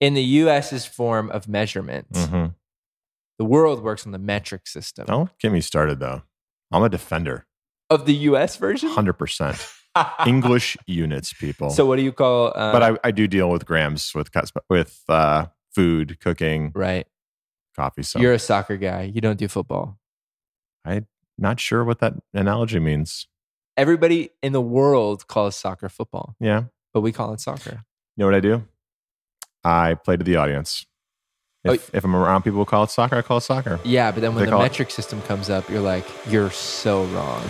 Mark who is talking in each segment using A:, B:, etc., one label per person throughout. A: in the U.S.'s form of measurement.
B: Mhm.
A: The world works on the metric system
B: Don't Oh, get me started though. I'm a defender,
A: of the U.S. version.
B: hundred percent. English units, people.
A: so what do you call? Uh,
B: but I, I do deal with grams with cos- with uh, food, cooking,
A: right.
B: coffee. So
A: You're a soccer guy. You don't do football.
B: not sure what that analogy means.
A: Everybody in the world calls soccer football,
B: Yeah, you
A: but we call it soccer.
B: know what I do? I play to the audience.
A: Oh,
B: If, if I'm around people who call it soccer, I call it soccer.
A: Yeah, but then when
B: They
A: the
B: call it-
A: metric system comes up, you're like, you're so wrong.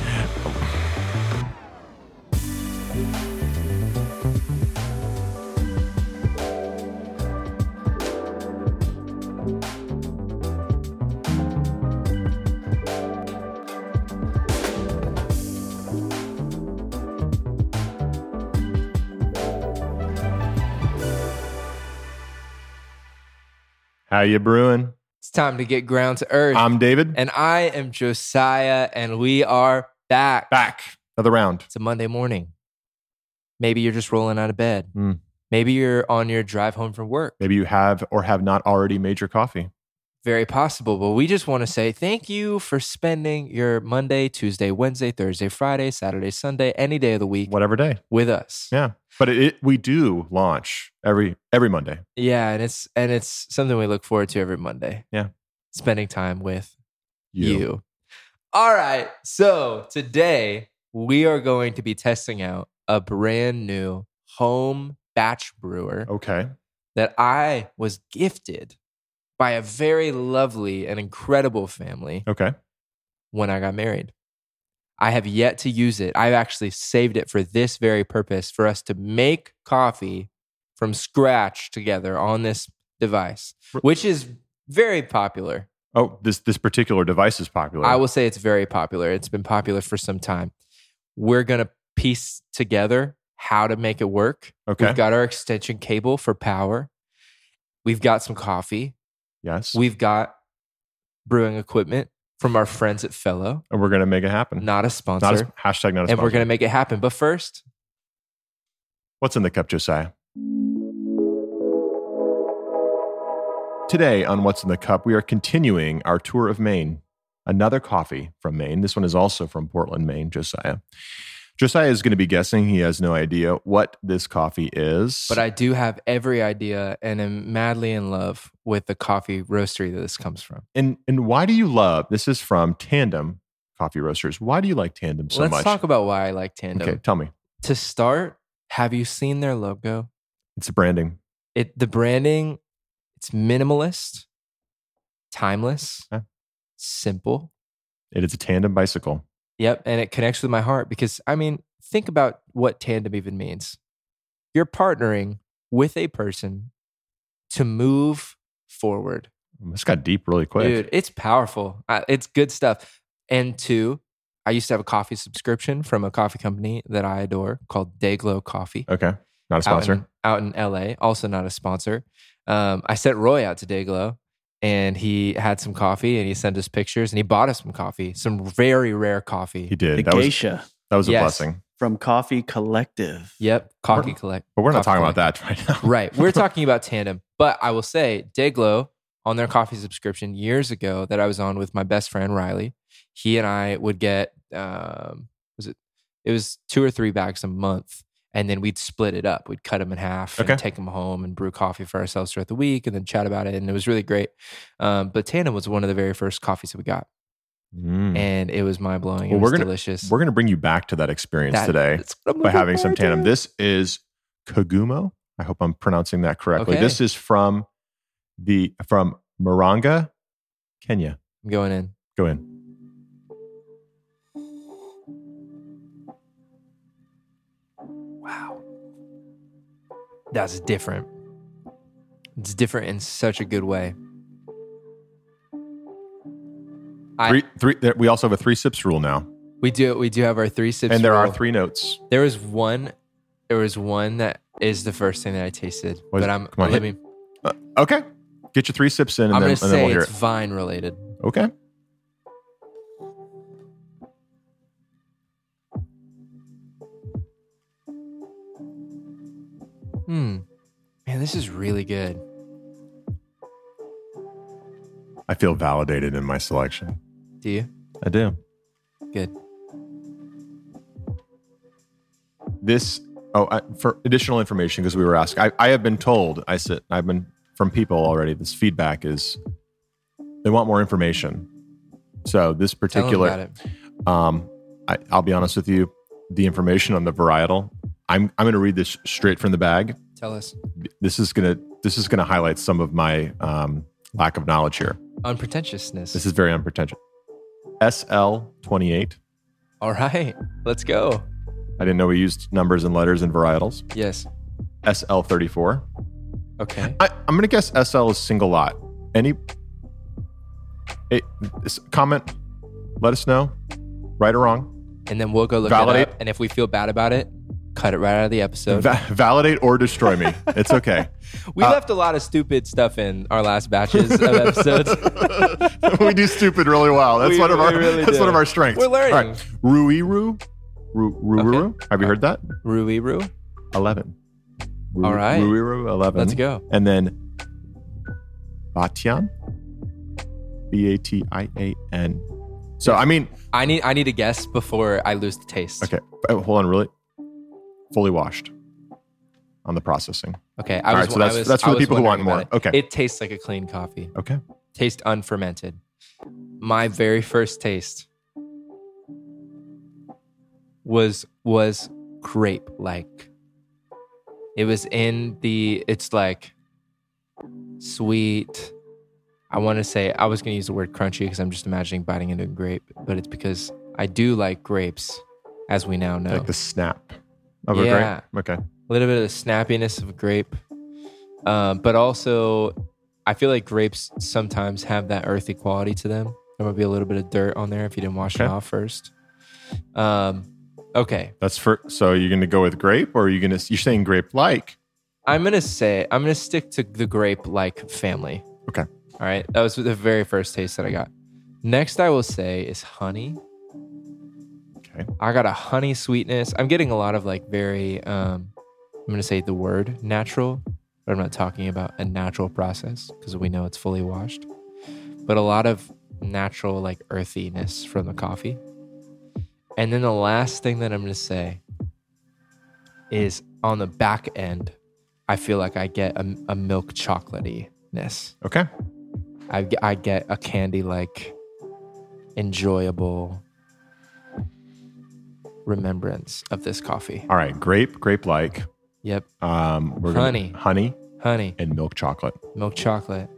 B: How you brewing?
A: It's time to get ground to earth.
B: I'm David.
A: and I am Josiah, and we are back.
B: Back another round.
A: It's a Monday morning. Maybe you're just rolling out of bed.
B: Mm.
A: Maybe you're on your drive home from work.
B: Maybe you have or have not already made your coffee.
A: Very possible. But we just want to say thank you for spending your Monday, Tuesday, Wednesday, Thursday, Friday, Saturday, Sunday, any day of the week
B: Whatever day.
A: with us.
B: Yeah. But it, it we do launch every every Monday.
A: Yeah, and it's and it's something we look forward to every Monday.
B: Yeah.
A: Spending time with you. All right. So today we are going to be testing out a brand new home batch brewer
B: Okay.
A: that I was gifted by a very lovely and incredible family
B: Okay.
A: when I got married. I have yet to use it. I've actually saved it for this very purpose for us to make coffee from scratch together on this device, which is very popular.
B: Oh, this this particular device is popular.
A: I will say it's very popular. It's been popular for some time. We're going to piece together how to make it work.
B: Okay.
A: We've got our extension cable for power. We've got some coffee.
B: yes.
A: We've got brewing equipment from our friends at Fellow,
B: and we're gonna make it happen.
A: Mm-hmm. not a sponsor.
B: Not a, hashtag not
A: and
B: a
A: we're
B: sponsor.
A: going to make it happen. But first,
B: What's in the cup, Josiah? Today on What's in the Cup, we are continuing our tour of Maine. Another coffee from Maine. This one is also from Portland, Maine, Josiah. Josiah is going to be guessing. He has no idea what this coffee is.
A: but I do have every idea and am madly in love with the coffee roastery that this comes from.
B: and and why do you love this is from Tandem Coffee Roasters. Why do you like Tandem so
A: Let's
B: much?
A: talk about why I like Tandem.
B: okay, tell me.
A: To start, have you seen their logo?
B: It's the branding.
A: it the branding it's minimalist timeless
B: Okay.
A: simple
B: It is a tandem bicycle.
A: yep and it connects with my heart because i mean think about what tandem even means you're partnering with a person to move forward
B: This got deep really quick.
A: dude it's powerful I, it's good stuff and two i used to have a coffee subscription from a coffee company that i adore called dayglow coffee
B: Okay, not a
A: out
B: sponsor.
A: in- out in, LA, also not a sponsor. Um, I sent Roy out to Dayglow and he had some coffee and he sent us pictures and he bought us some coffee, some very rare coffee.
B: He did.
C: the
B: That was
C: geisha
B: that was a
A: Yes.
B: blessing.
C: from Coffee Collective.
A: Yep. Coffee
B: We're-
A: collect.
B: But we're not
A: Coffee
B: talking about that right now.
A: Right. We're talking about tandem. But I will say, Dayglow on their coffee subscription years ago that I was on with my best friend Riley, he and I would get um was it it was two or three bags a month. And then we'd split it up. We'd cut them in half
B: Okay.
A: and take them home and brew coffee for ourselves throughout the week and then chat about it. And it was really great. Um, but Tandem was one of the very first coffees that we got.
B: Mm.
A: And it was mind blowing. It
B: Well, we're
A: was
B: gonna-
A: delicious.
B: We're going to bring you back to that experience
A: That-
B: today
A: that's what I'm
B: by
A: looking
B: having some
A: forward to.
B: tandem. This is Kagumo. I hope I'm pronouncing that correctly.
A: Okay.
B: This is from the from Moranga, Kenya.
A: I'm going in.
B: Go in.
A: Wow. That's different. It's different in such a good way. I-
B: Three, three, there- we also have a three sips rule now,
A: We do we do have our three sips.
B: and there are
A: rule.
B: three notes.
A: There was one there was one that is the first thing that I tasted.
B: What is
A: but
B: it?
A: I'm
B: Come on,
A: let
B: hit-
A: me-
B: Uh, okay, get your three sips in, and,
A: I'm
B: then,
A: gonna
B: and then
A: say
B: we'll hear
A: it's
B: it.
A: vine related.
B: Okay,
A: Hmm. Man, this is really good.
B: I feel validated in my selection.
A: Do you?
B: I do.
A: Good.
B: This oh I, for additional information because we were asked. I, I have been told. I said I've been from people already. This feedback is they want more information. So this
A: Tell 'em
B: particular
A: about it.
B: Um, I, I'll be honest with you, the information on the varietal, I'm I'm going to read this straight from the bag.
A: Tell us.
B: This is gonna this is gonna highlight some of my um, lack of knowledge here.
A: Unpretentiousness.
B: This is very unpretentious. SL twenty eight.
A: All right. Let's go.
B: I didn't know we used numbers and letters in varietals.
A: Yes.
B: SL thirty four.
A: Okay.
B: I, I'm gonna guess SL is single lot. Any it, this- comment? Let us know, right or wrong.
A: And then we'll go look
B: Validate.
A: it up. And if we feel bad about it, cut it right out of the episode.
B: Va- validate or destroy me. It's okay.
A: we
B: uh,
A: left a lot of stupid stuff in our last batches of episodes.
B: we do stupid really well. That's
A: We-
B: one of
A: we
B: our
A: really
B: that's
A: do.
B: one of our strengths.
A: We're learning.
B: All right. Ruiru. Ru- Ruiru. Have you heard that?
A: Rui Ru.
B: 11. Ru-
A: All right.
B: Ruiru 11.
A: Let's go.
B: And then Batian. B A T I A N. So I mean,
A: I need I need a guess before I lose the taste.
B: okay, oh, hold on, really fully washed on the processing.
A: Okay. I
B: All
A: was,
B: right, so
A: I
B: that's
A: was-
B: that's for
A: I
B: the
A: was
B: people who want
A: wondering
B: more.
A: about
B: Okay.
A: It. It tastes like a clean coffee.
B: okay.
A: Taste unfermented. My very first taste was was grape like. It was in the it's like sweet. I want to say I was going to use the word crunchy because I'm just imagining biting into a grape, but it's because I do like grapes, as we now know.
B: Like the snap of
A: Yeah.
B: a grape. Okay.
A: a little bit of the snappiness of a grape, um, but also I feel like grapes sometimes have that earthy quality to them. There might be a little bit of dirt on there if you didn't wash it
B: Okay.
A: off first. Um, okay,
B: That's for so you're gonna go with grape or are you gonna you're saying grape like?
A: I'm gonna say I'm gonna stick to the grape-like family.
B: Okay.
A: all right. That was the very first taste that I got. Next, I will say is honey.
B: Okay.
A: I got a honey sweetness. I'm getting a lot of like very um I'm gonna say the word natural, but I'm not talking about a natural process because we know it's fully washed. But a lot of natural like earthiness from the coffee. And then the last thing that I'm gonna say is on the back end, I feel like I get a, a milk chocolatiness.
B: Okay.
A: I, g- I get a candy like enjoyable remembrance of this coffee.
B: All right, grape, grape like.
A: Yep.
B: Um, we're gonna-
A: Honey.
B: honey,
A: Honey,
B: and milk chocolate.
A: milk chocolate.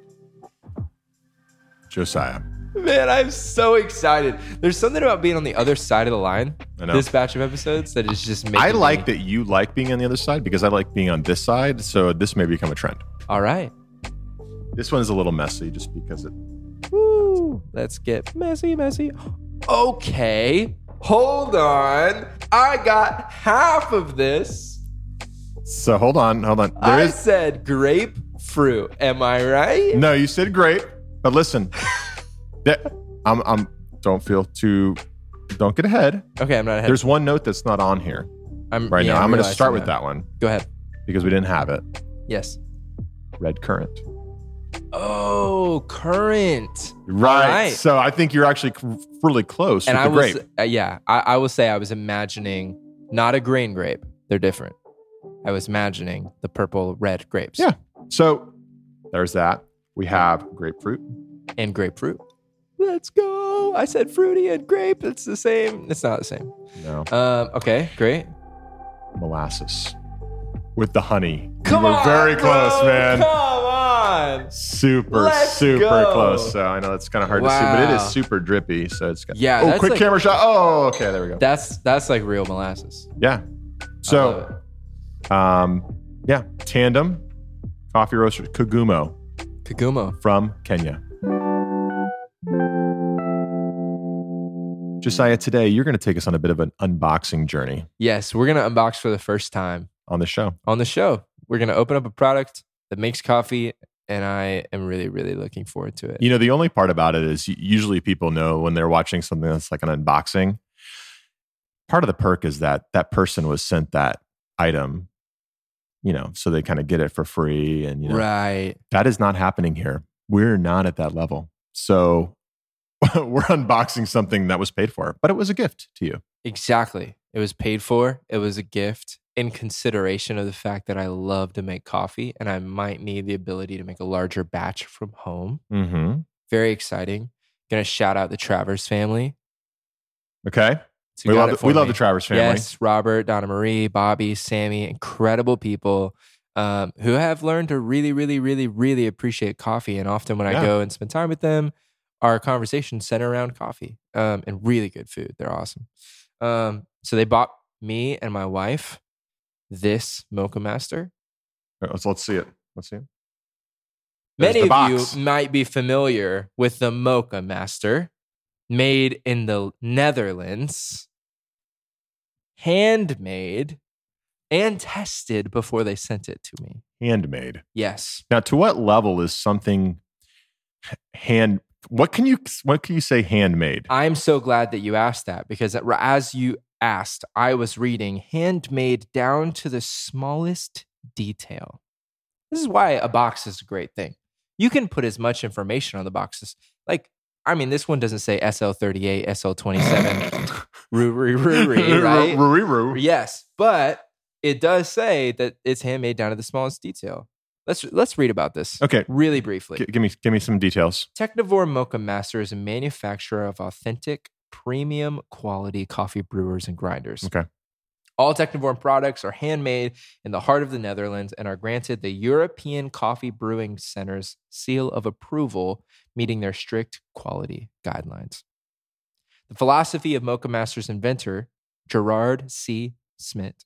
B: Josiah,
A: Man, I'm so excited. There's something about being on the other side of the line
B: I know.
A: this batch of episodes that is just making
B: I like
A: me-
B: that you like being on the other side because I like being on this side. So this may become a trend.
A: All right.
B: This one's a little messy just because it.
A: Woo. Let's get messy, messy. Okay. Hold on. I got half of this.
B: So hold on, hold on. There
A: I
B: is
A: said grapefruit. Am I right?
B: no. You said grape, but listen, that I'm. I'm. Don't feel too. Don't get ahead.
A: Okay, I'm not ahead.
B: There's one note that's not on here
A: I'm,
B: right
A: yeah,
B: now. I'm going to
A: realizing
B: start with
A: now.
B: that one
A: Go ahead.
B: because we didn't have it.
A: Yes.
B: Red currant.
A: Oh, current.
B: Right.
A: right.
B: So I think you're actually c- really close
A: and
B: with
A: I
B: the
A: was,
B: grape.
A: uh, yeah, I, I will say I was imagining not a green grape. They're different. I was imagining the purple red grapes
B: Yeah. So there's that. We have grapefruit.
A: and grapefruit. Let's go. I said fruity and grape. It's the same. It's not the same.
B: No.
A: Um, okay, great.
B: Molasses. With the honey.
A: Come
B: we were
A: on.
B: very
A: bro.
B: close, man.
A: Come on.
B: Super,
A: Let's
B: super
A: go.
B: close. So I know that's kind of hard to see, but it
A: Wow.
B: is super drippy. So it's got.
A: Yeah,
B: Oh,
A: that's
B: quick
A: like-
B: camera shot. Oh, okay. There we go.
A: That's that's like real molasses.
B: yeah.
A: I
B: So,
A: love
B: um, yeah. Tandem coffee roaster Kagumo
A: it. Kagumo.
B: from Kenya. Josiah, today you're going to take us on a bit of an unboxing journey
A: Yes, we're gonna unbox for the first time.
B: on the show.
A: on the show. We're going to open up a product that makes coffee, and I am really, really looking forward to it.
B: You know, the only part about it is u- usually people know when they're watching something that's like an unboxing. Part of the perk is that that person was sent that item, you know, so they kind of get it for free. And, you know,
A: Right.
B: that is not happening here. We're not at that level. So we're unboxing something that was paid for, but it was a gift to you.
A: Exactly. It was paid for. It was a gift in consideration of the fact that I love to make coffee and I might need the ability to make a larger batch from home.
B: Mm-hmm.
A: Very exciting. Gonna shout out the Travers family.
B: Okay.
A: It's who
B: We
A: got
B: love,
A: it
B: the,
A: for
B: we love the
A: me.
B: Travers family.
A: Yes, Robert, Donna Marie, Bobby, Sammy, incredible people um, who have learned to really, really, really, really appreciate coffee. And often when I
B: Yeah.
A: go and spend time with them, our conversations center around coffee um, and really good food. They're awesome. Um, so they bought me and my wife this Mocha Master.
B: All right, Uh, let's, let's see it. Let's see it. There's
A: Many
B: the
A: of
B: box.
A: you might be familiar with the Mocha Master, made in the Netherlands, handmade, and tested before they sent it to me.
B: Handmade.
A: Yes.
B: Now, to what level is something hand? What can you what can you say handmade?
A: I'm so glad that you asked that because as you asked, I was reading handmade down to the smallest detail. This is why a box is a great thing. You can put as much information on the boxes. Like, I mean, this one doesn't say SL38, SL27, Ruri Ruri, right?
B: Ruri, Ruri.
A: Yes, but it does say that it's handmade down to the smallest detail. Let's let's read about this
B: Okay,
A: really briefly.
B: g- give me give me some details.
A: Technivore Mocha Master is a manufacturer of authentic, premium quality coffee brewers and grinders.
B: Okay.
A: All Technivorm products are handmade in the heart of the Netherlands and are granted the European Coffee Brewing Center's seal of approval, meeting their strict quality guidelines. The philosophy of Mocha Master's inventor, Gerard C. Smith,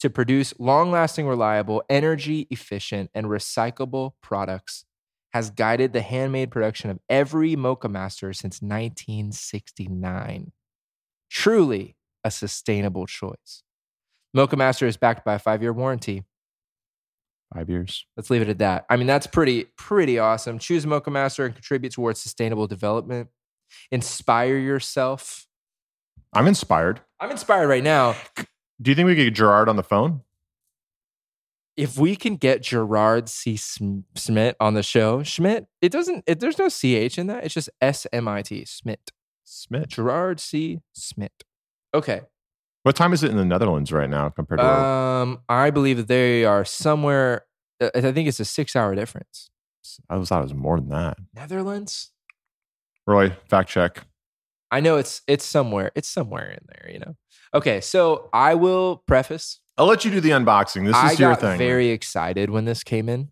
A: to produce long lasting, reliable, energy efficient, and recyclable products has guided the handmade production of every Mocha Master since 1969. Truly, a sustainable choice. Mocha Master is backed by a five year warranty.
B: Five years.
A: Let's leave it at that. I mean, that's pretty, pretty awesome. Choose Mocha Master and contribute towards sustainable development. Inspire yourself.
B: I'm inspired.
A: I'm inspired right now.
B: Do you think we could get Gerard on the phone?
A: If we can get Gerard C. Sm- Schmidt on the show, Schmidt, it doesn't, it, there's no CH in that. It's just S M I T, Schmidt.
B: Smith.
A: Gerard C. Schmidt. Okay.
B: What time is it in the Netherlands right now compared to? where-
A: Um, I believe that they are somewhere, I I think it's a six hour difference.
B: I always thought it was more than that.
A: Netherlands?
B: Roy, fact check.
A: I know it's it's somewhere. It's somewhere in there, you know. Okay, so I will preface.
B: I'll let you do the unboxing. This is
A: I got
B: your thing.
A: very excited when this came in,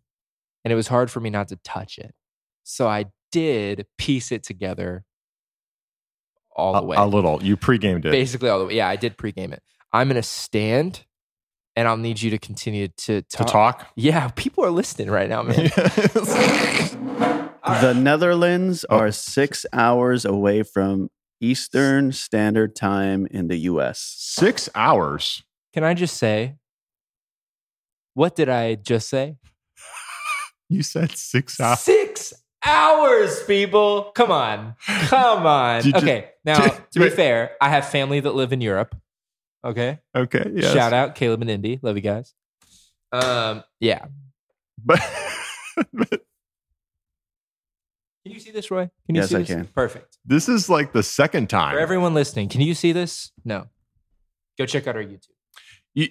A: and it was hard for me not to touch it. So I did piece it together all the way.
B: A, a little. You pre-gamed it.
A: Basically all the way. Yeah, I did pregame it. I'm gonna stand and I'll need you to continue to
B: to
A: talk.
B: talk.
A: Yeah, people are listening right now, man. All right.
C: The Netherlands
B: Oh.
C: are six hours away from Eastern Standard Time in the U.S.
B: Six hours.
A: Can I just say what did I just say?
B: You said six hours.
A: Six hours, people. Come on. Come on.
B: Did you-
A: okay. Now, to be
B: Wait.
A: fair, I have family that live in Europe. Okay.
B: Okay. Yes.
A: Shout out Caleb and Indy. Love you guys. Um, yeah.
B: But
A: Can you see this, Roy? Can you
C: Yes,
A: see
C: I
A: this?
C: can.
A: Perfect.
B: this is like the second time.
A: For everyone listening, can you see this? No. Go check out our YouTube.
B: You-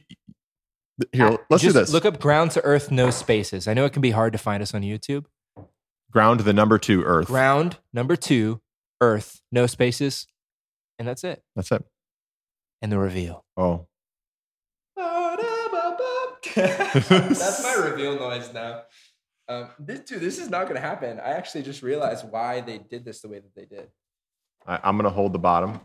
B: here, let's
A: Just
B: do this.
A: Look up Ground to Earth No Spaces. I know it can be hard to find us on YouTube.
B: Ground the number two Earth.
A: Ground number two, Earth No Spaces. And that's it.
B: That's it.
A: And the reveal.
B: Oh,
A: That's my reveal noise now. Um, this, dude, this is not going to happen. I actually just realized why they did this the way that they did.
B: I, I'm gonna hold the bottom.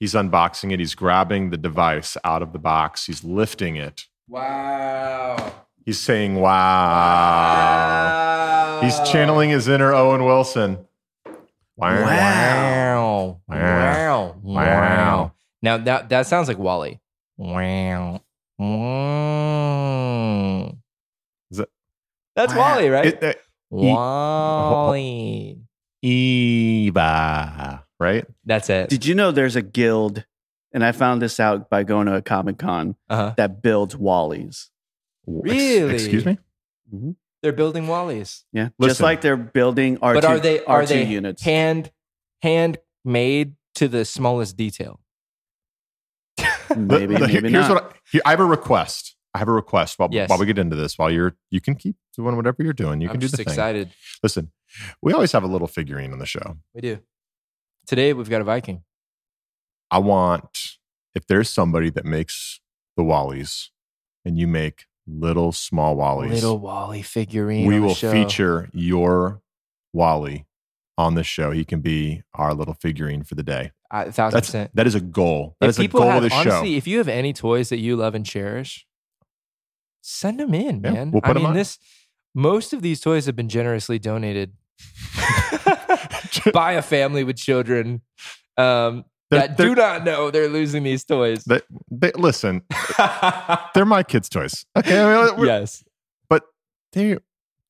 B: He's unboxing it. He's grabbing the device out of the box. He's lifting it.
A: Wow.
B: He's saying, "Wow." Ah. He's channeling his inner Owen Wilson.
A: Wow. Wow. Wow.
B: Wow.
A: Now that that sounds like Wally. Wow. Wow.
B: Is it-
A: That's Wally, right?
B: It- uh, it-
A: Wally.
B: Eva, right?
A: That's it.
C: Did you know there's a guild, and I found this out by going to a Comic Con
A: Uh-huh.
C: that builds Wallies.
B: Ex-
A: Really?
B: Excuse me?
C: Mhm.
A: They're building Wally's.
C: Yeah. Just
B: Listen.
C: like they're building R2,
A: but are they are
C: R2
A: they
C: units.
A: hand hand made to the smallest detail?
C: maybe,
B: Look,
C: maybe
B: here's
C: not.
B: what I, here- I have a request. I have a request while,
A: Yes.
B: while we get into this. While you're, you can keep doing whatever you're doing. You
A: I'm
B: can do
A: just
B: the thing.
A: excited.
B: Listen, we always have a little figurine on the show.
A: We do. Today we've got a Viking.
B: I want if there's somebody that makes the wallies, and you make little small wallies,
A: Little Wally figurine.
B: we
A: on the
B: will
A: show.
B: feature your wally on the show. He can be our little figurine for the day.
A: I, a thousand
B: That's
A: percent.
B: that is a goal. That
A: If
B: is a
A: people
B: goal
A: have,
B: of the
A: honestly,
B: show.
A: if you have any toys that you love and cherish, send them in,
B: Yeah,
A: man.
B: we'll put
A: I
B: 'em
A: mean,
B: on.
A: this most of these toys have been generously donated by a family with children um,
B: They're-
A: that
B: they're-
A: do not know they're losing these toys.
B: they- they- listen, they're my kids' toys. Okay, I mean, we're-
A: yes,
B: they,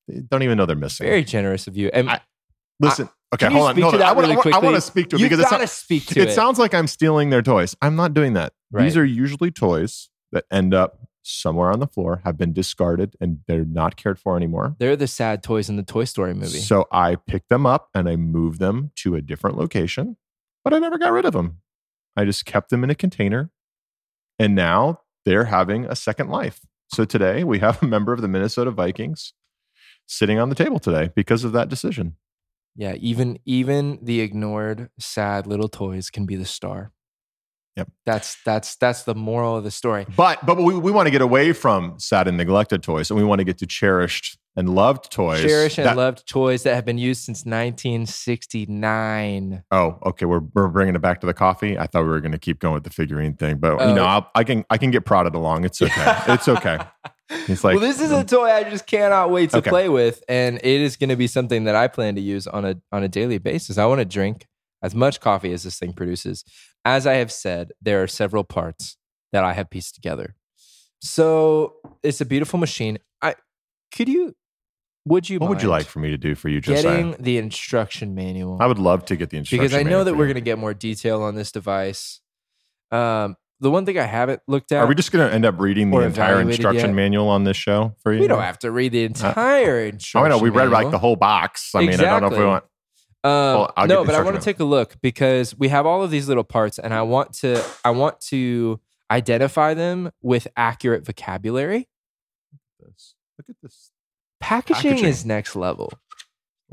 B: they don't even know they're missing.
A: very generous of you. And
B: I- Listen, okay,
A: Can you
B: hold on.
A: speak
B: hold
A: to
B: on. I
A: that
B: wanna-
A: really
B: I wanna- I want
A: quickly?
B: to speak to it
A: you've
B: because it's
A: got to
B: not,
A: speak to
B: it
A: it.
B: sounds like I'm stealing their toys. I'm not doing that.
A: Right.
B: These are usually toys that end up somewhere on the floor, have been discarded, and they're not cared for anymore.
A: they're the sad toys in the Toy Story movie.
B: So I pick them up and I move them to a different location, but I never got rid of them. I just kept them in a container, and now they're having a second life. So today we have a member of the Minnesota Vikings sitting on the table today because of that decision.
A: yeah, even even the ignored, sad little toys can be the star.
B: Yep.
A: That's that's that's the moral of the story.
B: But but we, we want to get away from sad and neglected toys, and we want to get to cherished and loved toys.
A: Cherished and
B: That-
A: loved toys that have been used since 1969.
B: Oh, okay. We're we're bringing it back to the coffee. I thought we were going to keep going with the figurine thing, but you
A: Oh.
B: know, I'll, I can I can get prodded along. It's okay. it's okay. It's like-
A: well, this is a toy I just cannot wait to
B: Okay.
A: play with, and it is going to be something that I plan to use on a on a daily basis. I want to drink as much coffee as this thing produces. As I have said, there are several parts that I have pieced together. So it's a beautiful machine. I could you would you
B: What would you
A: mind
B: like for me to do for you, Josiah?
A: getting the instruction manual?
B: I would love to get the instruction
A: because I know
B: manual
A: that
B: for
A: we're
B: you.
A: going to get more detail on this device. Um, the one thing I haven't looked at,
B: Are we just going to end up reading the
A: Or
B: entire
A: evaluated
B: instruction
A: yet.
B: manual on this show for you?
A: we don't have to read the entire
B: Oh, I
A: instruction.
B: know. We read like the
A: manual.
B: whole box. I mean, I don't know if we
A: Exactly.
B: want.
A: Um,
B: I'll get
A: no,
B: the
A: but I
B: instruction
A: want to
B: manual.
A: take a look because we have all of these little parts, and I want to I want to identify them with accurate vocabulary.
B: Look at this.
A: Packaging,
B: Packaging.
A: is next level.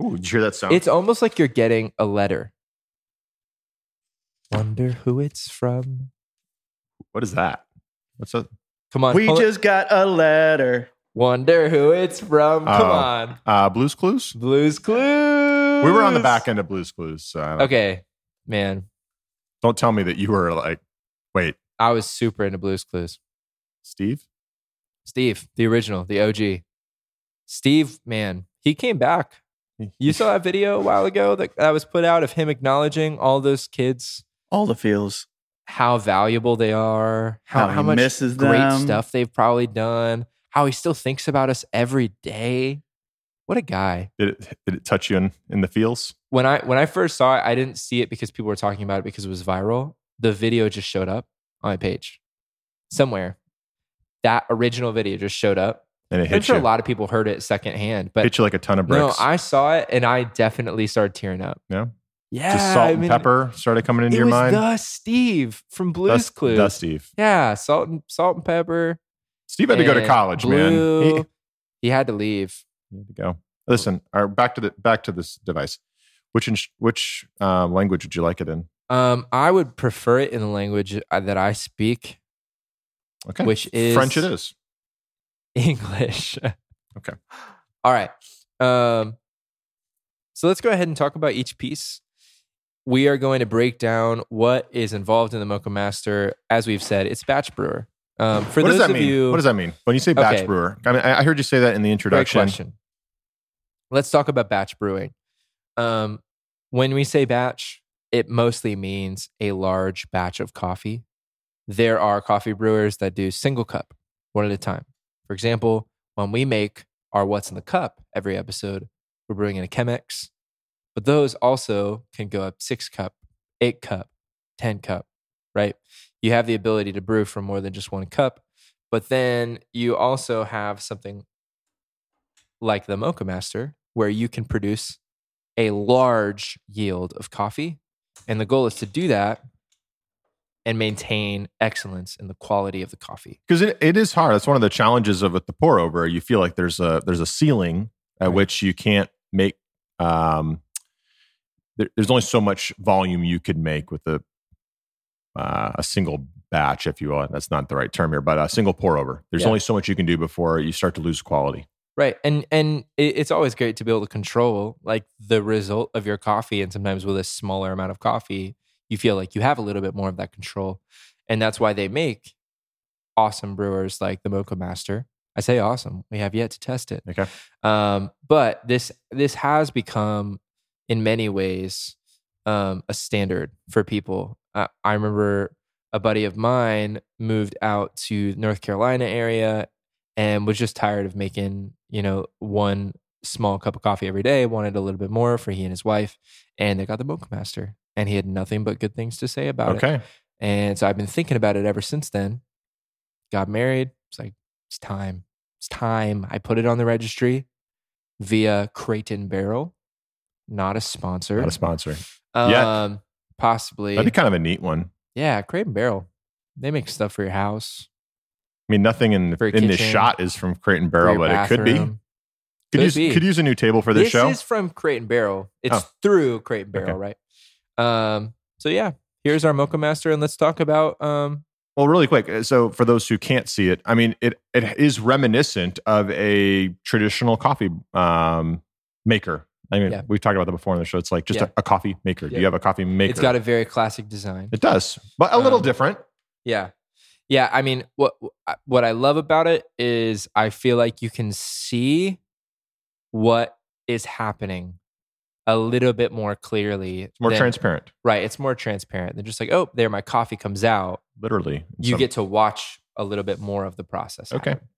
B: Ooh, did you hear that sound?
A: It's almost like you're getting a letter. Wonder who it's from.
B: what is that? What's that?
A: Come on,
C: we
A: pull it.
C: just got a letter.
A: wonder who it's from. Come
B: Oh.
A: on,
B: Uh, Blues Clues.
A: Blues Clues.
B: We were on the back end of Blues Clues. So I don't-
A: Okay, man,
B: Don't tell me that you were like, wait,
A: I was super into Blues Clues.
B: Steve.
A: Steve, the original, the OG. Steve, man, he came back. You saw that video a while ago that, that was put out of him acknowledging all those kids,
C: All the feels.
A: how valuable they are, how,
C: How
A: how,
C: he
A: much
C: misses
A: great
C: them.
A: stuff they've probably done, how he still thinks about us every day. What a guy.
B: Did it, did it touch you in, in the feels?
A: When I when I first saw it, I didn't see it because people were talking about it because it was viral. The video just showed up on my page somewhere. That original video just showed up.
B: And it
A: I'm
B: hit
A: sure a
B: you.
A: lot of people heard it secondhand, but
B: hit you like a ton of
A: No,
B: bricks.
A: I saw it and I definitely started tearing up.
B: Yeah?
A: Yeah.
B: Just salt
A: I
B: and
A: mean,
B: pepper started coming into
A: it
B: your
A: was
B: mind.
A: The Steve from Blues
B: Dust-
A: Clues.
B: the Steve.
A: Yeah, salt and salt and pepper.
B: Steve had to go to
A: and
B: college, man.
A: Eh, Blue.
B: He-
A: He had to leave.
B: He had to go. Listen, all right, back to the back to this device. Which ins- which uh, language would you like it in?
A: Um, I would prefer it in the language uh, that I speak,
B: Okay,
A: which is
B: French it is.
A: English.
B: Okay.
A: All right. Um, so let's go ahead and talk about each piece. We are going to break down what is involved in the Mocha Master. As we've said, it's batch brewer. Um, for
B: what
A: those
B: does that
A: of
B: mean?
A: you,
B: what does that mean when you say batch
A: Okay.
B: brewer? I mean, I I heard you say that in the
A: Great
B: introduction.
A: question. Let's talk about batch brewing. Um, when we say batch, it mostly means a large batch of coffee. There are coffee brewers that do single cup, one at a time. For example, when we make our What's in the Cup every episode, we're brewing in a Chemex, but those also can go up six cup, eight cup, 10 cup, right? You have the ability to brew from more than just one cup, but then you also have something like the Mocha Master, where you can produce a large yield of coffee. And the goal is to do that and maintain excellence in the quality of the coffee.
B: because it, it is hard. That's one of the challenges of with the pour over. You feel like there's a there's a ceiling at
A: Right.
B: which you can't make. Um, there, there's only so much volume you could make with a uh, a single batch, if you will. That's not the right term here, but a single pour over. There's
A: Yeah.
B: only so much you can do before you start to lose quality.
A: Right. And and it, it's always great to be able to control like the result of your coffee. And sometimes with a smaller amount of coffee, you feel like you have a little bit more of that control. And that's why they make awesome brewers like the Mocha Master. I say awesome. We have yet to test it.
B: Okay.
A: Um, but this this has become in many ways um, a standard for people. Uh, I remember a buddy of mine moved out to North Carolina area and was just tired of making you know one small cup of coffee every day wanted a little bit more for he and his wife and they got the mocha master and he had nothing but good things to say about it
B: Okay.
A: and so i've been thinking about it ever since then got married it's like it's time it's time i put it on the registry via creighton barrel not a sponsor
B: Not a sponsor. Yet.
A: um possibly
B: That'd be kind of a neat one.
A: yeah creighton barrel they make stuff for your house
B: I mean, nothing in
A: For
B: in
A: your
B: this
A: kitchen.
B: shot is from Crate and
A: for
B: Barrel,
A: your
B: but it could be.
A: bathroom.
B: Could,
A: Could
B: use
A: be.
B: could use a new table for this, show.
A: is from Crate and Barrel. It's
B: Oh.
A: through Crate and Barrel, right? Um, so yeah, here's our Mocha Master, and let's talk about um,
B: Well, really quick. uh, So, for those who can't see it, I mean, it it is reminiscent of a traditional coffee um, maker. I mean,
A: Yeah.
B: we've talked about that before on the show. It's like just
A: Yeah.
B: a, a coffee maker. Do
A: Yeah.
B: you have a coffee maker?
A: it's got a very classic design.
B: it does, but a little
A: Um,
B: different.
A: Yeah, yeah. I mean, what what I love about it is I feel like you can see what is happening a little bit more clearly.
B: It's more
A: than-
B: transparent,
A: Right. It's more transparent than just like, oh, there my coffee comes out.
B: literally. in
A: You
B: some-
A: get to watch a little bit more of the process.
B: Okay.
A: happen.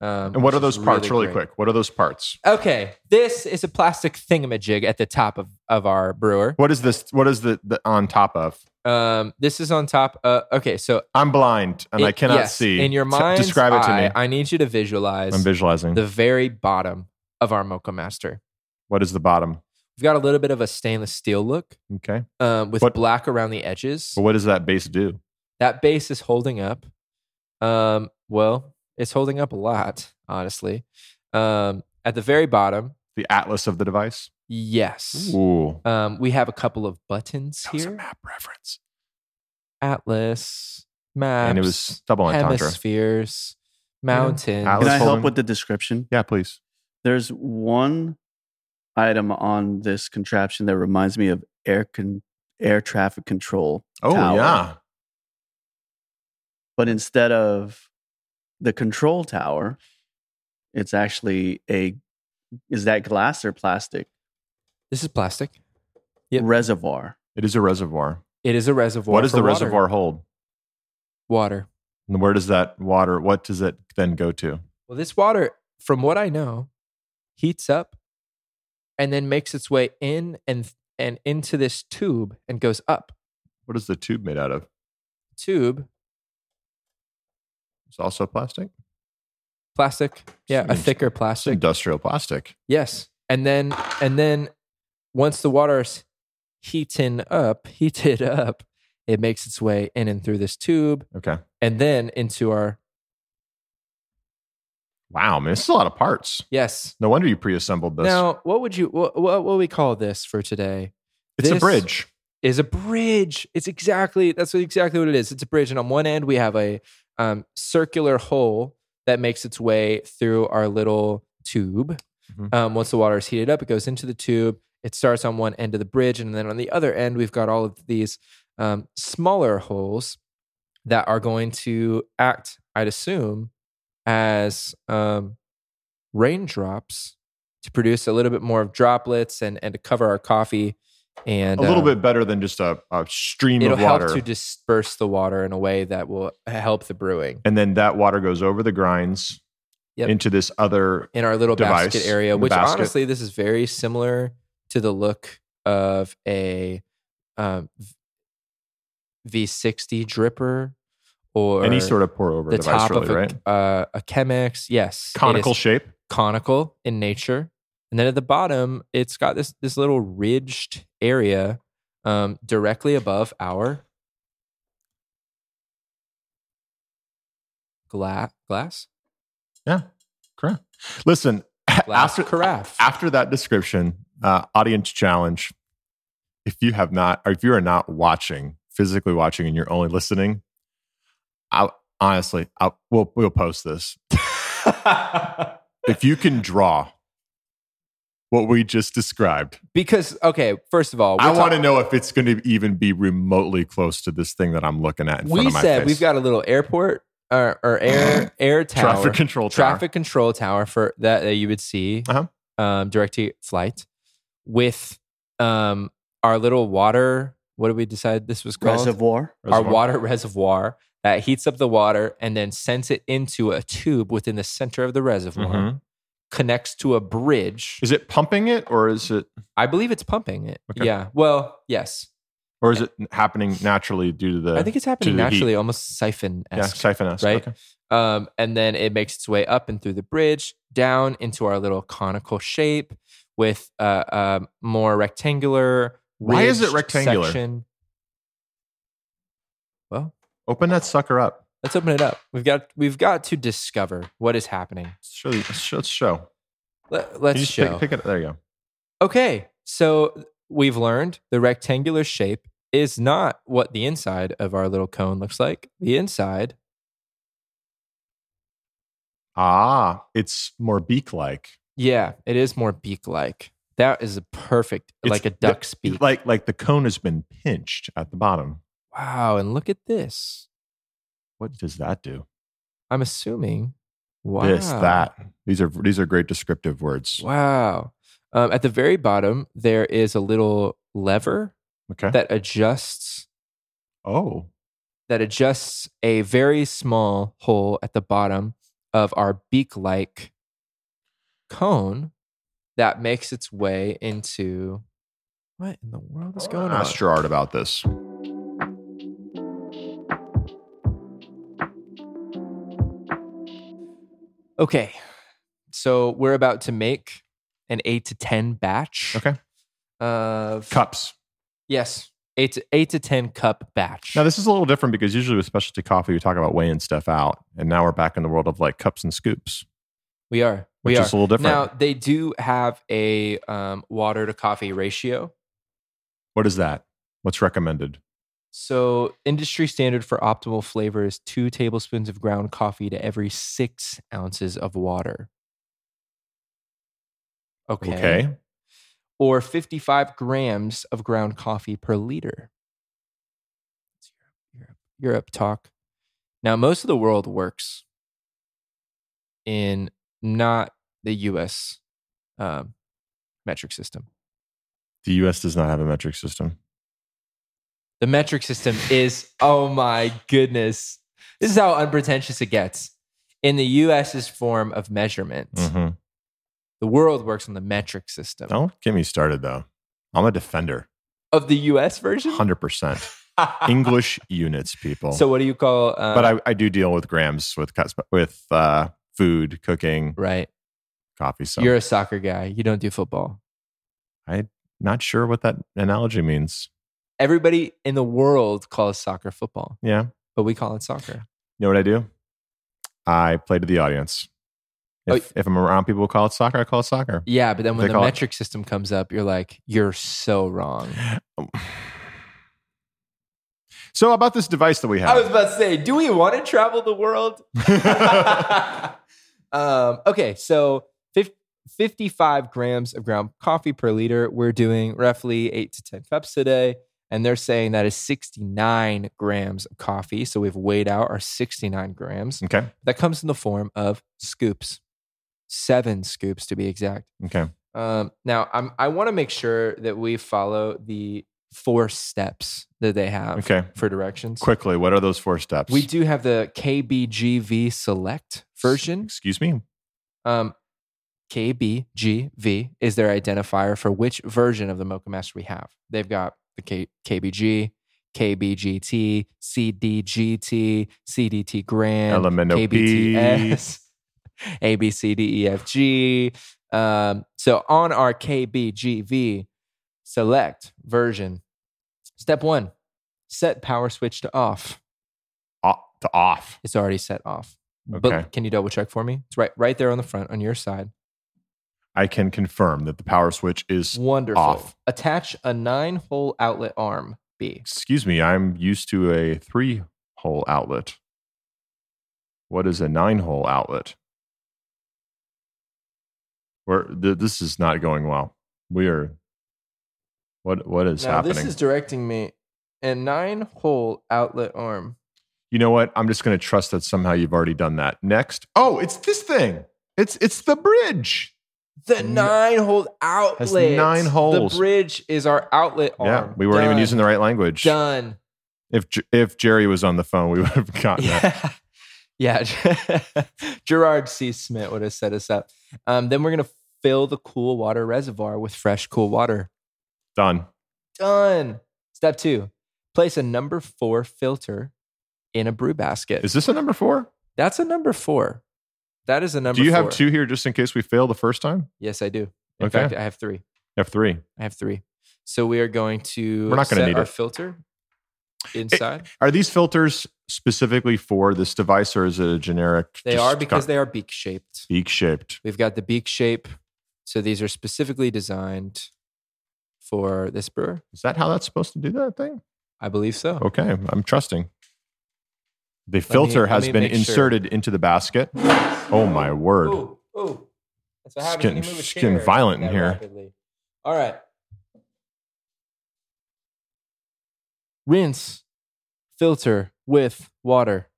A: Um,
B: And what
A: which
B: are
A: is
B: those parts? Really,
A: great.
B: quick. What are those parts?
A: Okay, this is a plastic thingamajig at the top of, of our brewer.
B: What is this? What is the, the on top of?
A: Um, this is on top. Uh, okay, so
B: I'm blind and I
A: it-
B: cannot
A: yes,
B: see.
A: In your
B: T-
A: mind,
B: describe it to me.
A: I need you to visualize
B: I'm visualizing.
A: the very bottom of our Mocha Master.
B: what is the bottom?
A: We've got a little bit of a stainless steel look
B: Okay.
A: um, with
B: What-
A: black around the edges.
B: But what does that base do?
A: That base is holding up. Um, well, it's holding up a lot, honestly. Um, at the very bottom,
B: The atlas of the device.
A: yes.
B: Ooh.
A: Um, we have a couple of buttons
B: That was a
A: here.
B: map reference.
A: atlas, maps,
B: and it was double entendre.
A: hemispheres,
B: Yeah.
A: mountains.
B: Atlas
C: Can I help
B: folding.
C: with the description?
B: Yeah, please.
C: There's one item on this contraption that reminds me of air con- air traffic control.
B: Oh
C: tower.
B: yeah,
C: But instead of the control tower, it's actually a is that glass or plastic
A: This is plastic. Yep.
C: reservoir.
B: it is a reservoir.
A: It is a reservoir.
B: what does
A: for
B: the
A: water.
B: reservoir hold?
A: Water.
B: And where does that water? What does it then go to?
A: Well, this water, from what I know, heats up and then makes its way in and and into this tube and goes up.
B: What is the tube made out of?
A: Tube,
B: It's also plastic.
A: plastic. Yeah, a
B: It's
A: thicker
B: It's
A: plastic.
B: industrial plastic.
A: Yes. And then and then once the water is heating up, heated up, it makes its way in and through this tube
B: Okay.
A: and then into our
B: Wow, man, it's a lot of parts.
A: yes.
B: No wonder you pre-assembled this.
A: Now, what would you what what, what we call this for today?
B: it's a
A: this-
B: bridge.
A: Is a bridge. It's exactly that's exactly what it is. It's a bridge, and on one end we have a um, circular hole that makes its way through our little tube.
B: Mhm.
A: Um, once the water is heated up, it goes into the tube. It starts on one end of the bridge, and then on the other end we've got all of these um, smaller holes that are going to act, I'd assume, as um, raindrops to produce a little bit more of droplets and, and to cover our coffee. And
B: a little
A: um,
B: bit better than just a, a stream
A: it'll
B: of water.
A: help to disperse the water in a way that will help the brewing
B: and then that water goes over the grinds
A: Yep.
B: into this other.
A: in our little
B: Device
A: basket area.
B: in the
A: Which
B: basket.
A: honestly, this is very similar to the look of a um, V sixty dripper or
B: Any sort of pour over
A: the
B: device,
A: top
B: really,
A: of a,
B: right?
A: uh, a Chemex. Yes, it is
B: Conical shape.
A: conical in nature. And then at the bottom, it's got this this little ridged area um, directly above our gla- glass
B: Yeah, correct. Listen,
A: glass
B: after
A: carafe.
B: after that description, uh, audience challenge. If you have not, or if you are not watching, physically watching, and you're only listening, I honestly, I, we'll we'll post this. If you can draw what we just described,
A: because okay, first of all,
B: I
A: we're
B: want to
A: talk-
B: know if it's going to even be remotely close to this thing that I'm looking at in front
A: We
B: of my
A: said
B: face.
A: we've got a little airport or, or air air tower
B: traffic control tower.
A: traffic control tower for that that you would see
B: Uh-huh.
A: um, direct to flight with um, our little water. What did we decide this was called?
C: Reservoir.
A: Our water reservoir that heats up the water and then sends it into a tube within the center of the reservoir.
B: Mhm.
A: Connects to a bridge.
B: Is it pumping it, or is it,
A: I believe it's pumping it.
B: Okay.
A: Yeah. Well, yes.
B: or is it happening naturally due to the?
A: I think it's happening
B: to the heat.
A: naturally, almost siphon
B: yeah,
A: esque.
B: siphon us.
A: right?
B: Okay.
A: Um, and then it makes its way up and through the bridge, down into our little conical shape with uh, um, more rectangular.
B: Why is it
A: ridged
B: rectangular?
A: section. Well,
B: Open that sucker up.
A: let's open it up. We've got we've got to discover what is happening.
B: Let's show. Let's let's show.
A: Let,
B: Can
A: let's
B: you just pick-
A: show.
B: Pick, it. There you go.
A: Okay, so we've learned the rectangular shape is not what the inside of our little cone looks like. The inside
B: Ah, it's more beak-like,
A: Yeah, it is more beak like. That is a perfect,
B: It's
A: like a
B: the-
A: duck's beak.
B: like like the cone has been pinched at the bottom.
A: wow, and look at this.
B: What does that do?
A: I'm assuming. Wow.
B: This that. These are these are great descriptive words.
A: Wow. Um, at the very bottom, there is a little lever
B: Okay.
A: that adjusts
B: oh,
A: that adjusts a very small hole at the bottom of our beak like cone that makes its way into what in the world is going on?
B: Ask Gerard about this.
A: Okay. So we're about to make an eight to 10 batch.
B: Okay.
A: Of
B: Cups.
A: Yes. Eight to, eight to 10 cup batch.
B: Now this is a little different because usually with specialty coffee we talk about weighing stuff out, and now we're back in the world of like cups and scoops,
A: we are.
B: which
A: we are.
B: is a little different.
A: Now, they do have a um, water to coffee ratio.
B: what is that? What's recommended?
A: So, industry standard for optimal flavor is two tablespoons of ground coffee to every six ounces of water. Okay.
B: Okay.
A: Or 55 grams of ground coffee per liter. It's Europe, Europe, Europe talk. Now, most of the world works in not the US um, metric system.
B: The U.S. does not have a metric system.
A: The metric system is, oh my goodness. This is how unpretentious it gets. In the US's form of measurement,
B: Mm-hmm. Oh.
A: the world works on the metric system.
B: Don't get me started though. I'm a defender,
A: Of the US version?
B: hundred percent. English units, people.
A: so, what do you call? Uh,
B: but I, I do deal with grams with cuts with uh, food, cooking,
A: right.
B: coffee. So
A: You're a soccer guy. You don't do football.
B: not sure what that analogy means.
A: Everybody in the world calls soccer football,
B: Yeah, you
A: but we call it soccer.
B: know what I do? I play to the audience.
A: Oh,
B: If, if I'm around people who call it soccer, I call it soccer.
A: Yeah, but then when
B: They
A: the
B: call it-
A: metric system comes up, you're like, you're so wrong.
B: So about this device that we
A: I was
B: have.
A: about to say, do we want to travel the world? um, okay, so fif- 55 grams of ground coffee per liter. We're doing roughly eight to 10 cups today. And they're saying that is 69 grams of coffee. So we've weighed out our 69 grams.
B: okay.
A: That comes in the form of scoops, seven scoops to be exact.
B: Okay.
A: Um, now, I'm, I want to make sure that we follow the four steps that they have
B: Okay.
A: for directions.
B: Quickly, what are those four steps?
A: We do have the KBGV Select version.
B: Excuse me.
A: Um, KBGV is their identifier for which version of the Mocha Master we have. They've got the K- KBG, KBGT, CDGT, CDT Grand,
B: LMNOP.
A: KBTS, A, B, C, D, E, F, G. Um, so on our KBGV select version, step one, set power switch to off.
B: Off, to off.
A: It's already set off.
B: Okay.
A: But can you double check for me? It's right, right there on the front on your side.
B: I can confirm that the power switch is.
A: Wonderful.
B: off.
A: Attach a nine hole outlet arm. B.
B: Excuse me, I'm used to a three hole outlet. What is a nine hole outlet? Where th- this is not going well. We are. What what is
A: now
B: happening?
A: this is directing me. A nine hole outlet arm.
B: you know what? I'm just going to trust that somehow you've already done that. Next. Oh, it's this thing. It's it's the bridge.
A: The
B: N-
A: nine hole outlet.
B: nine holes.
A: The bridge is our outlet arm.
B: Yeah, we weren't even
A: Done.
B: using the right language.
A: Done.
B: If J- if Jerry was on the phone, we would have gotten that.
A: Yeah. yeah. Gerard C. Smith would have set us up. Um, then we're going to fill the cool water reservoir with fresh, cool water.
B: Done.
A: Done. Step two place a number four filter in a brew basket.
B: Is this a number four?
A: That's a number four. That is a number
B: Do you have
A: four.
B: two here just in case we fail the first time?
A: Yes, I do. In
B: Okay.
A: fact, I have three.
B: You have three.
A: I have three. So we are going to
B: We're not gonna
A: set
B: need
A: our
B: it.
A: filter inside.
B: Are these filters specifically for this device or is it a generic?
A: they
B: just
A: are because
B: got-
A: they are beak shaped.
B: beak shaped.
A: We've got the beak shape. So these are specifically designed for this brewer.
B: Is that how that's supposed to do that thing?
A: I believe so.
B: Okay, I'm trusting. The
A: me-
B: filter
A: let
B: has
A: me
B: been
A: make sure.
B: inserted into the basket. Oh my word.
A: Ooh, ooh. That's what
B: It's
A: happens when
B: getting-
A: you move a
B: it's getting
A: chair
B: violent in
A: that
B: here.
A: rapidly. All right. Rinse, filter with water.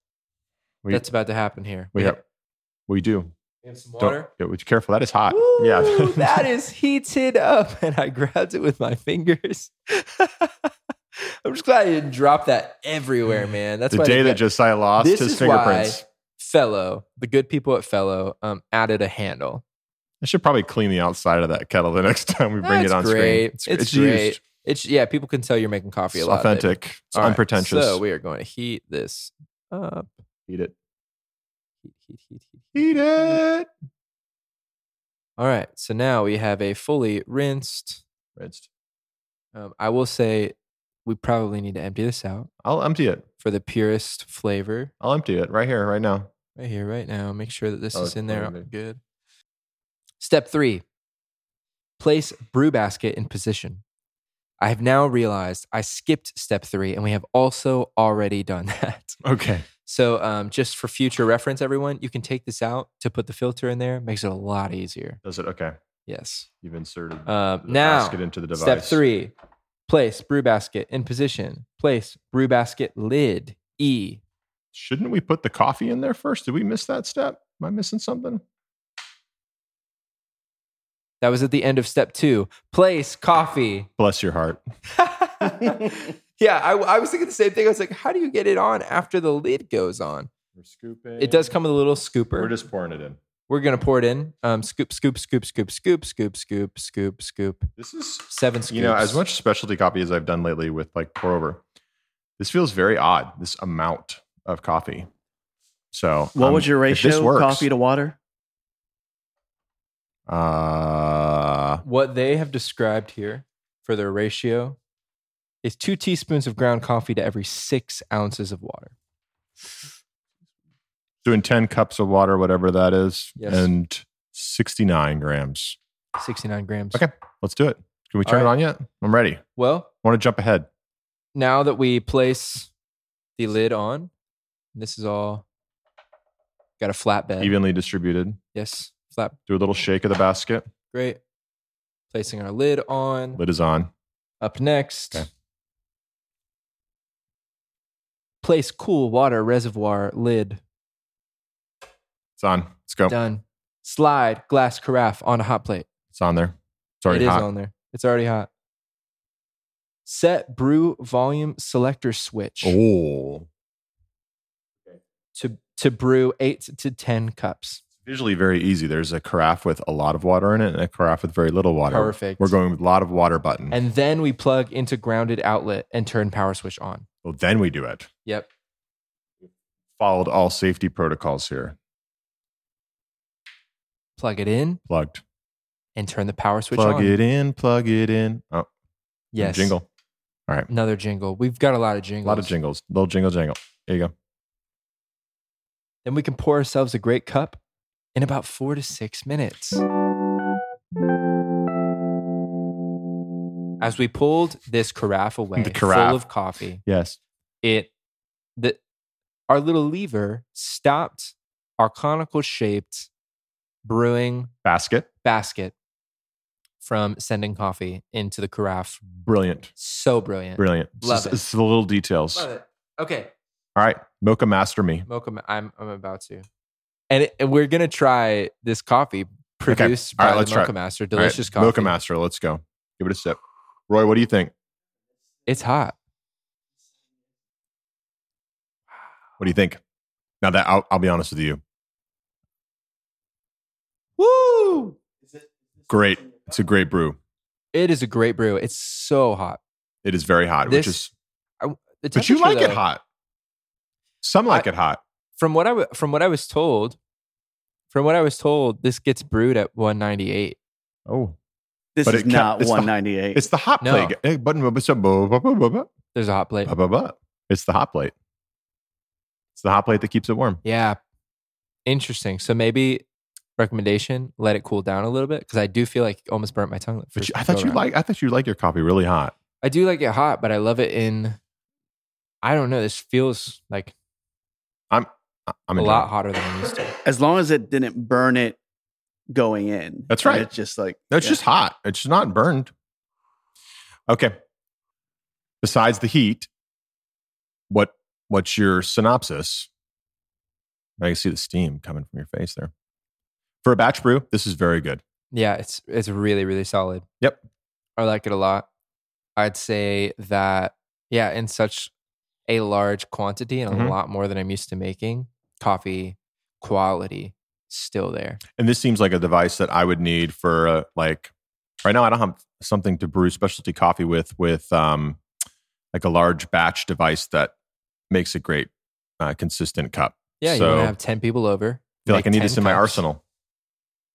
B: We,
A: That's about to happen here.
B: we have we do.
A: we have some
B: Don't
A: water.
B: yeah, be careful. That is hot.
A: Woo,
B: yeah.
A: that is heated up. And I grabbed it with my fingers. I'm just glad I didn't drop that everywhere, man. That's
B: the
A: why
B: day
A: they
B: that
A: got-
B: Josiah lost
A: This
B: his
A: is why-
B: fingerprints.
A: Fellow, the good people at Fellow, um, added a handle.
B: I should probably clean the outside of that kettle the next time we bring
A: That's
B: it on
A: great.
B: screen.
A: It's great. It's yeah, people can tell you're making coffee
B: It's
A: a lot. baby.
B: authentic. It's
A: All right,
B: unpretentious.
A: So we are going to heat this up.
B: Eat it.
A: Heat, heat, heat, heat.
B: Eat it.
A: All right. So now we have a fully rinsed.
B: Rinsed.
A: Um, I will say we probably need to empty this out
B: I'll empty it.
A: for the purest flavor
B: I'll empty it right here, right now.
A: right here, right now. Make sure that this
B: Oh,
A: is in there
B: totally.
A: good. Step three place brew basket in position. I have now realized I skipped step three, and we have also already done that.
B: Okay.
A: So, um, just for future reference, everyone, you can take this out to put the filter in there. Makes it a lot easier.
B: Does it? Okay.
A: Yes.
B: You've inserted
A: Uh,
B: the
A: now,
B: basket into the device.
A: step three: place brew basket in position. Place brew basket lid E.
B: Shouldn't we put the coffee in there first? Did we miss that step? Am I missing something?
A: That was at the end of step two. Place coffee.
B: Bless your heart.
A: yeah, I, I was thinking the same thing. I was like, how do you get it on after the lid goes on?
B: We're scooping.
A: It does come with a little scooper.
B: We're just pouring it in.
A: We're gonna pour it in. Um, scoop, scoop, scoop, scoop, scoop, scoop, scoop, scoop, scoop.
B: This is
A: Seven scoops.
B: You know, as much specialty coffee as I've done lately with like pour over, this feels very odd. This amount of coffee. So,
C: What
B: um,
C: was your
B: if this
C: ratio?
B: works,
C: Coffee to water?
B: Uh,
A: what they have described here for their ratio is two teaspoons of ground coffee to every six ounces of water.
B: doing ten cups of water, whatever that is,
A: Yes.
B: and sixty-nine grams.
A: 69 grams.
B: Okay. Let's do it. Can we
A: All
B: turn it
A: right.
B: on yet? I'm ready.
A: Well,
B: want to jump ahead?
A: now that we place the lid on, this is all got a flatbed.
B: Evenly distributed.
A: yes, flat.
B: Do a little shake of the basket.
A: Great. Placing our lid on.
B: Lid is on.
A: Up next,
B: Okay.
A: place cool water reservoir lid.
B: It's on. Let's go.
A: Done. Slide glass carafe on a hot plate.
B: It's on there. It's
A: It
B: already
A: is
B: hot.
A: on there. It's already hot. Set brew volume selector switch
B: Oh,
A: to to brew eight to ten cups.
B: visually very easy. There's a carafe with a lot of water in it and a carafe with very little water.
A: Perfect.
B: We're going with a lot of water button. And
A: and then we plug into grounded outlet and turn power switch on.
B: well, then we do it.
A: Yep.
B: Followed all safety protocols here.
A: plug it in,
B: Plugged.
A: and turn the power switch
B: plug
A: on.
B: it in. Plug it in. Oh,
A: Yes.
B: jingle.
A: Another jingle. We've got a lot of jingles.
B: A lot of jingles. Little jingle, jangle. There you go.
A: Then we can pour ourselves a great cup in about four to six minutes. As we pulled this carafe away,
B: The carafe.
A: full of coffee,
B: Yes.
A: it the our little lever stopped our conical shaped brewing
B: Basket.
A: basket from sending coffee into the carafe.
B: Brilliant.
A: So brilliant.
B: Brilliant. It's
A: Love
B: just-
A: it.
B: It's the little details.
A: Love it. Okay,
B: All right. Mocha Master Me.
A: Mocha, ma- I'm I'm about to, and, it, and we're gonna try this coffee produced
B: All right,
A: by
B: let's
A: the
B: try
A: Mocha
B: it.
A: Master.
B: All right,
A: Delicious coffee.
B: Mocha Master. Let's go. Give it a sip. Roy, what do you think?
A: It's hot.
B: What do you think? Now that I'll, I'll be honest with you.
A: Woo!
B: Great. It's a great brew.
A: It is a great brew. It's so hot.
B: It is very hot,
A: This
B: which is
A: The
B: but you
A: temperature,
B: like it
A: though,
B: hot. Some like it hot.
A: From what I wa- from what I was told, from what I was told, this gets brewed at 198.
B: Oh.
C: This
B: But
C: is
B: it ca-
C: not
B: it's the-
C: 198.
B: It's the hot
A: No.
B: plate. Eh, button, bu- bu- so bu- bu- bu- bu- bu-
A: There's a hot plate.
B: bu- bu- bu. It's the hot plate. It's the hot plate that keeps it warm.
A: Yeah, interesting. So maybe recommendation: let it cool down a little bit because I do feel like it almost burnt my tongue. the
B: But
A: first
B: you, I thought you
A: go-round.
B: like I thought you like your coffee really hot.
A: I do like it hot, but I love it in. I don't know. This feels like
B: I- I'm
A: a
B: enjoying
A: lot
B: it.
A: hotter than I'm used to.
C: as long as it didn't burn it going in.
B: That's
C: And
B: right.
C: It's just like
B: No, it's
C: yeah.
B: just hot. It's just not burned. Okay. Besides the heat, what what's your synopsis? I can see the steam coming from your face there. For a batch brew, this is very good.
A: Yeah, it's it's really really solid.
B: Yep.
A: I like it a lot. I'd say that yeah, in such a large quantity and
B: Mhm.
A: a lot more than I'm used to making, coffee quality still there.
B: And this seems like a device that I would need for uh, like right now. I don't have something to brew specialty coffee with with um, like a large batch device that makes a great uh, consistent cup.
A: Yeah, you
B: So-
A: want to have ten people over.
B: I feel like I
A: make
B: need this
A: 10
B: in my
A: cups.
B: arsenal.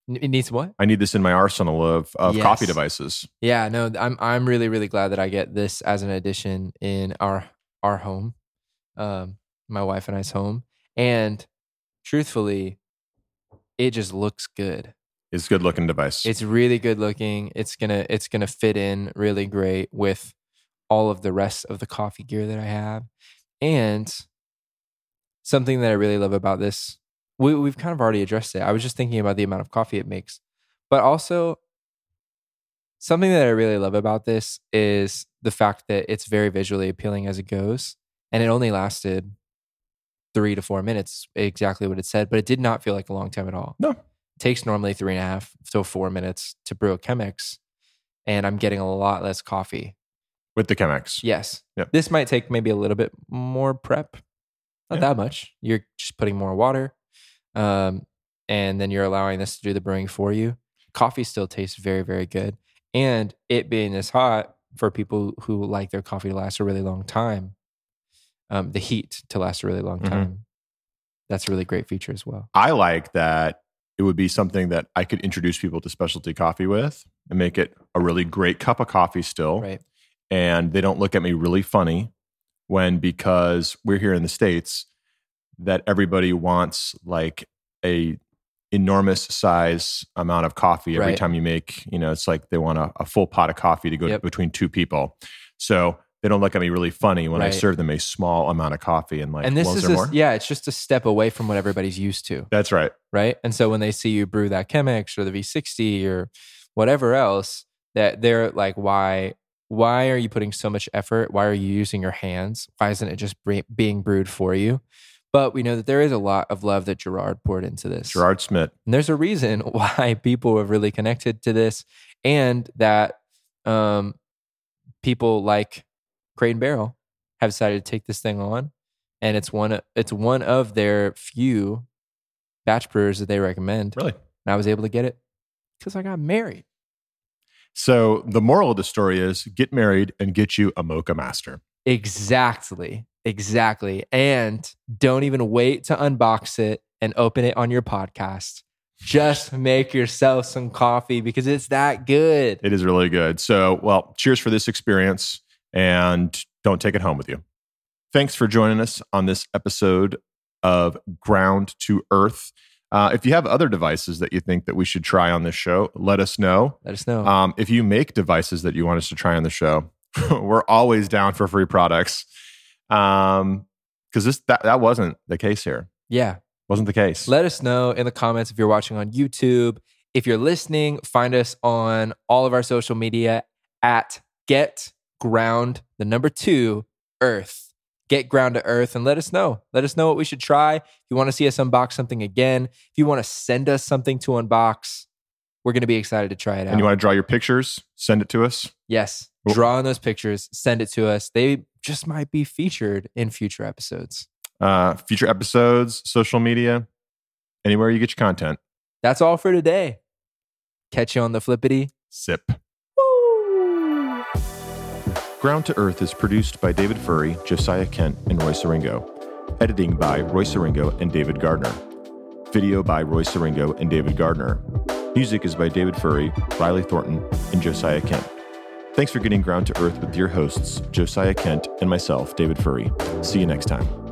A: N- It needs what?
B: I need this in my arsenal of of
A: Yes.
B: coffee devices.
A: Yeah, no, I'm I'm really really glad that I get this as an addition in our our home, um, my wife and I's home, and truthfully, it just looks good.
B: It's a good looking device.
A: It's really good looking. It's gonna it's gonna fit in really great with all of the rest of the coffee gear that I have, and something that I really love about this. We we've kind of already addressed it. I was just thinking about the amount of coffee it makes, but also something that I really love about this is the fact that it's very visually appealing as it goes, and it only lasted three to four minutes, exactly what it said. But it did not feel like a long time at all
B: no,
A: takes normally three and a half to four minutes to brew a Chemex, and I'm getting a lot less coffee.
B: with the Chemex.
A: Yes,
B: Yep.
A: this might take maybe a little bit more prep, not
B: Yeah.
A: that much. You're just putting more water, um, and then you're allowing this to do the brewing for you. Coffee still tastes very, very good, and it being this hot for people who like their coffee to last a really long time, um, the heat to last a really long
B: Mhm.
A: time. That's a really great feature as well.
B: I like that it would be something that I could introduce people to specialty coffee with and make it a really great cup of coffee still.
A: Right.
B: and they don't look at me really funny when because we're here in the states that everybody wants like a enormous size amount of coffee every
A: Right.
B: time you make you know it's like they want a, a full pot of coffee to go
A: Yep.
B: between two people so they don't look at me really funny when i
A: Right.
B: serve them a small amount of coffee and like
A: and this
B: well, is
A: is
B: there
A: a-
B: more
A: yeah, it's just a step away from what everybody's used to.
B: that's right
A: right? And so when they see you brew that Chemex or the V60 or whatever else, that they're like, why? Why are you putting so much effort? Why are you using your hands? Why isn't it just bre- being brewed for you? But we know that there is a lot of love that Gerard poured into this.
B: gerard smith
A: And there's a reason why people have really connected to this and that um, people like Crate and Barrel have decided to take this thing on. And it's one, it's one of their few batch brewers that they recommend.
B: really
A: And I was able to get it because I got married.
B: so the moral of the story is get married and get you a mocha master
A: Exactly. Exactly. And don't even wait to unbox it and open it on your podcast. Just make yourself some coffee because it's that good.
B: It is really good. So, well, cheers for this experience and don't take it home with you. Thanks for joining us on this episode of Ground to Earth. Uh, if you have other devices that you think that we should try on this show, let us know.
A: Let us know.
B: Um, if you make devices that you want us to try on the show, we're always down for free products. Um, because this that, that wasn't the case here.
A: yeah.
B: Wasn't the case.
A: Let us know in the comments if you're watching on YouTube. If you're listening, find us on all of our social media at Get Ground, the number two, Earth. Get Ground to Earth and let us know. Let us know what we should try. If you want to see us unbox something again, if you want to send us something to unbox, we're going to be excited to try it out.
B: and you want to draw your pictures, send it to us.
A: yes,
B: Cool.
A: draw on those pictures, send it to us. They just might be featured in future episodes.
B: Uh, future episodes, social media, anywhere you get your content.
A: That's all for today. Catch you on the flippity.
B: Sip. Ground to Earth is produced by David Furry, Josiah Kent, and Roy Saringo. Editing by Roy Saringo and David Gardner. Video by Roy Saringo and David Gardner. Music is by David Furry, Riley Thornton, and Josiah Kent. Thanks for getting Ground to Earth with your hosts, Josiah Kent and myself, David Furry. See you next time.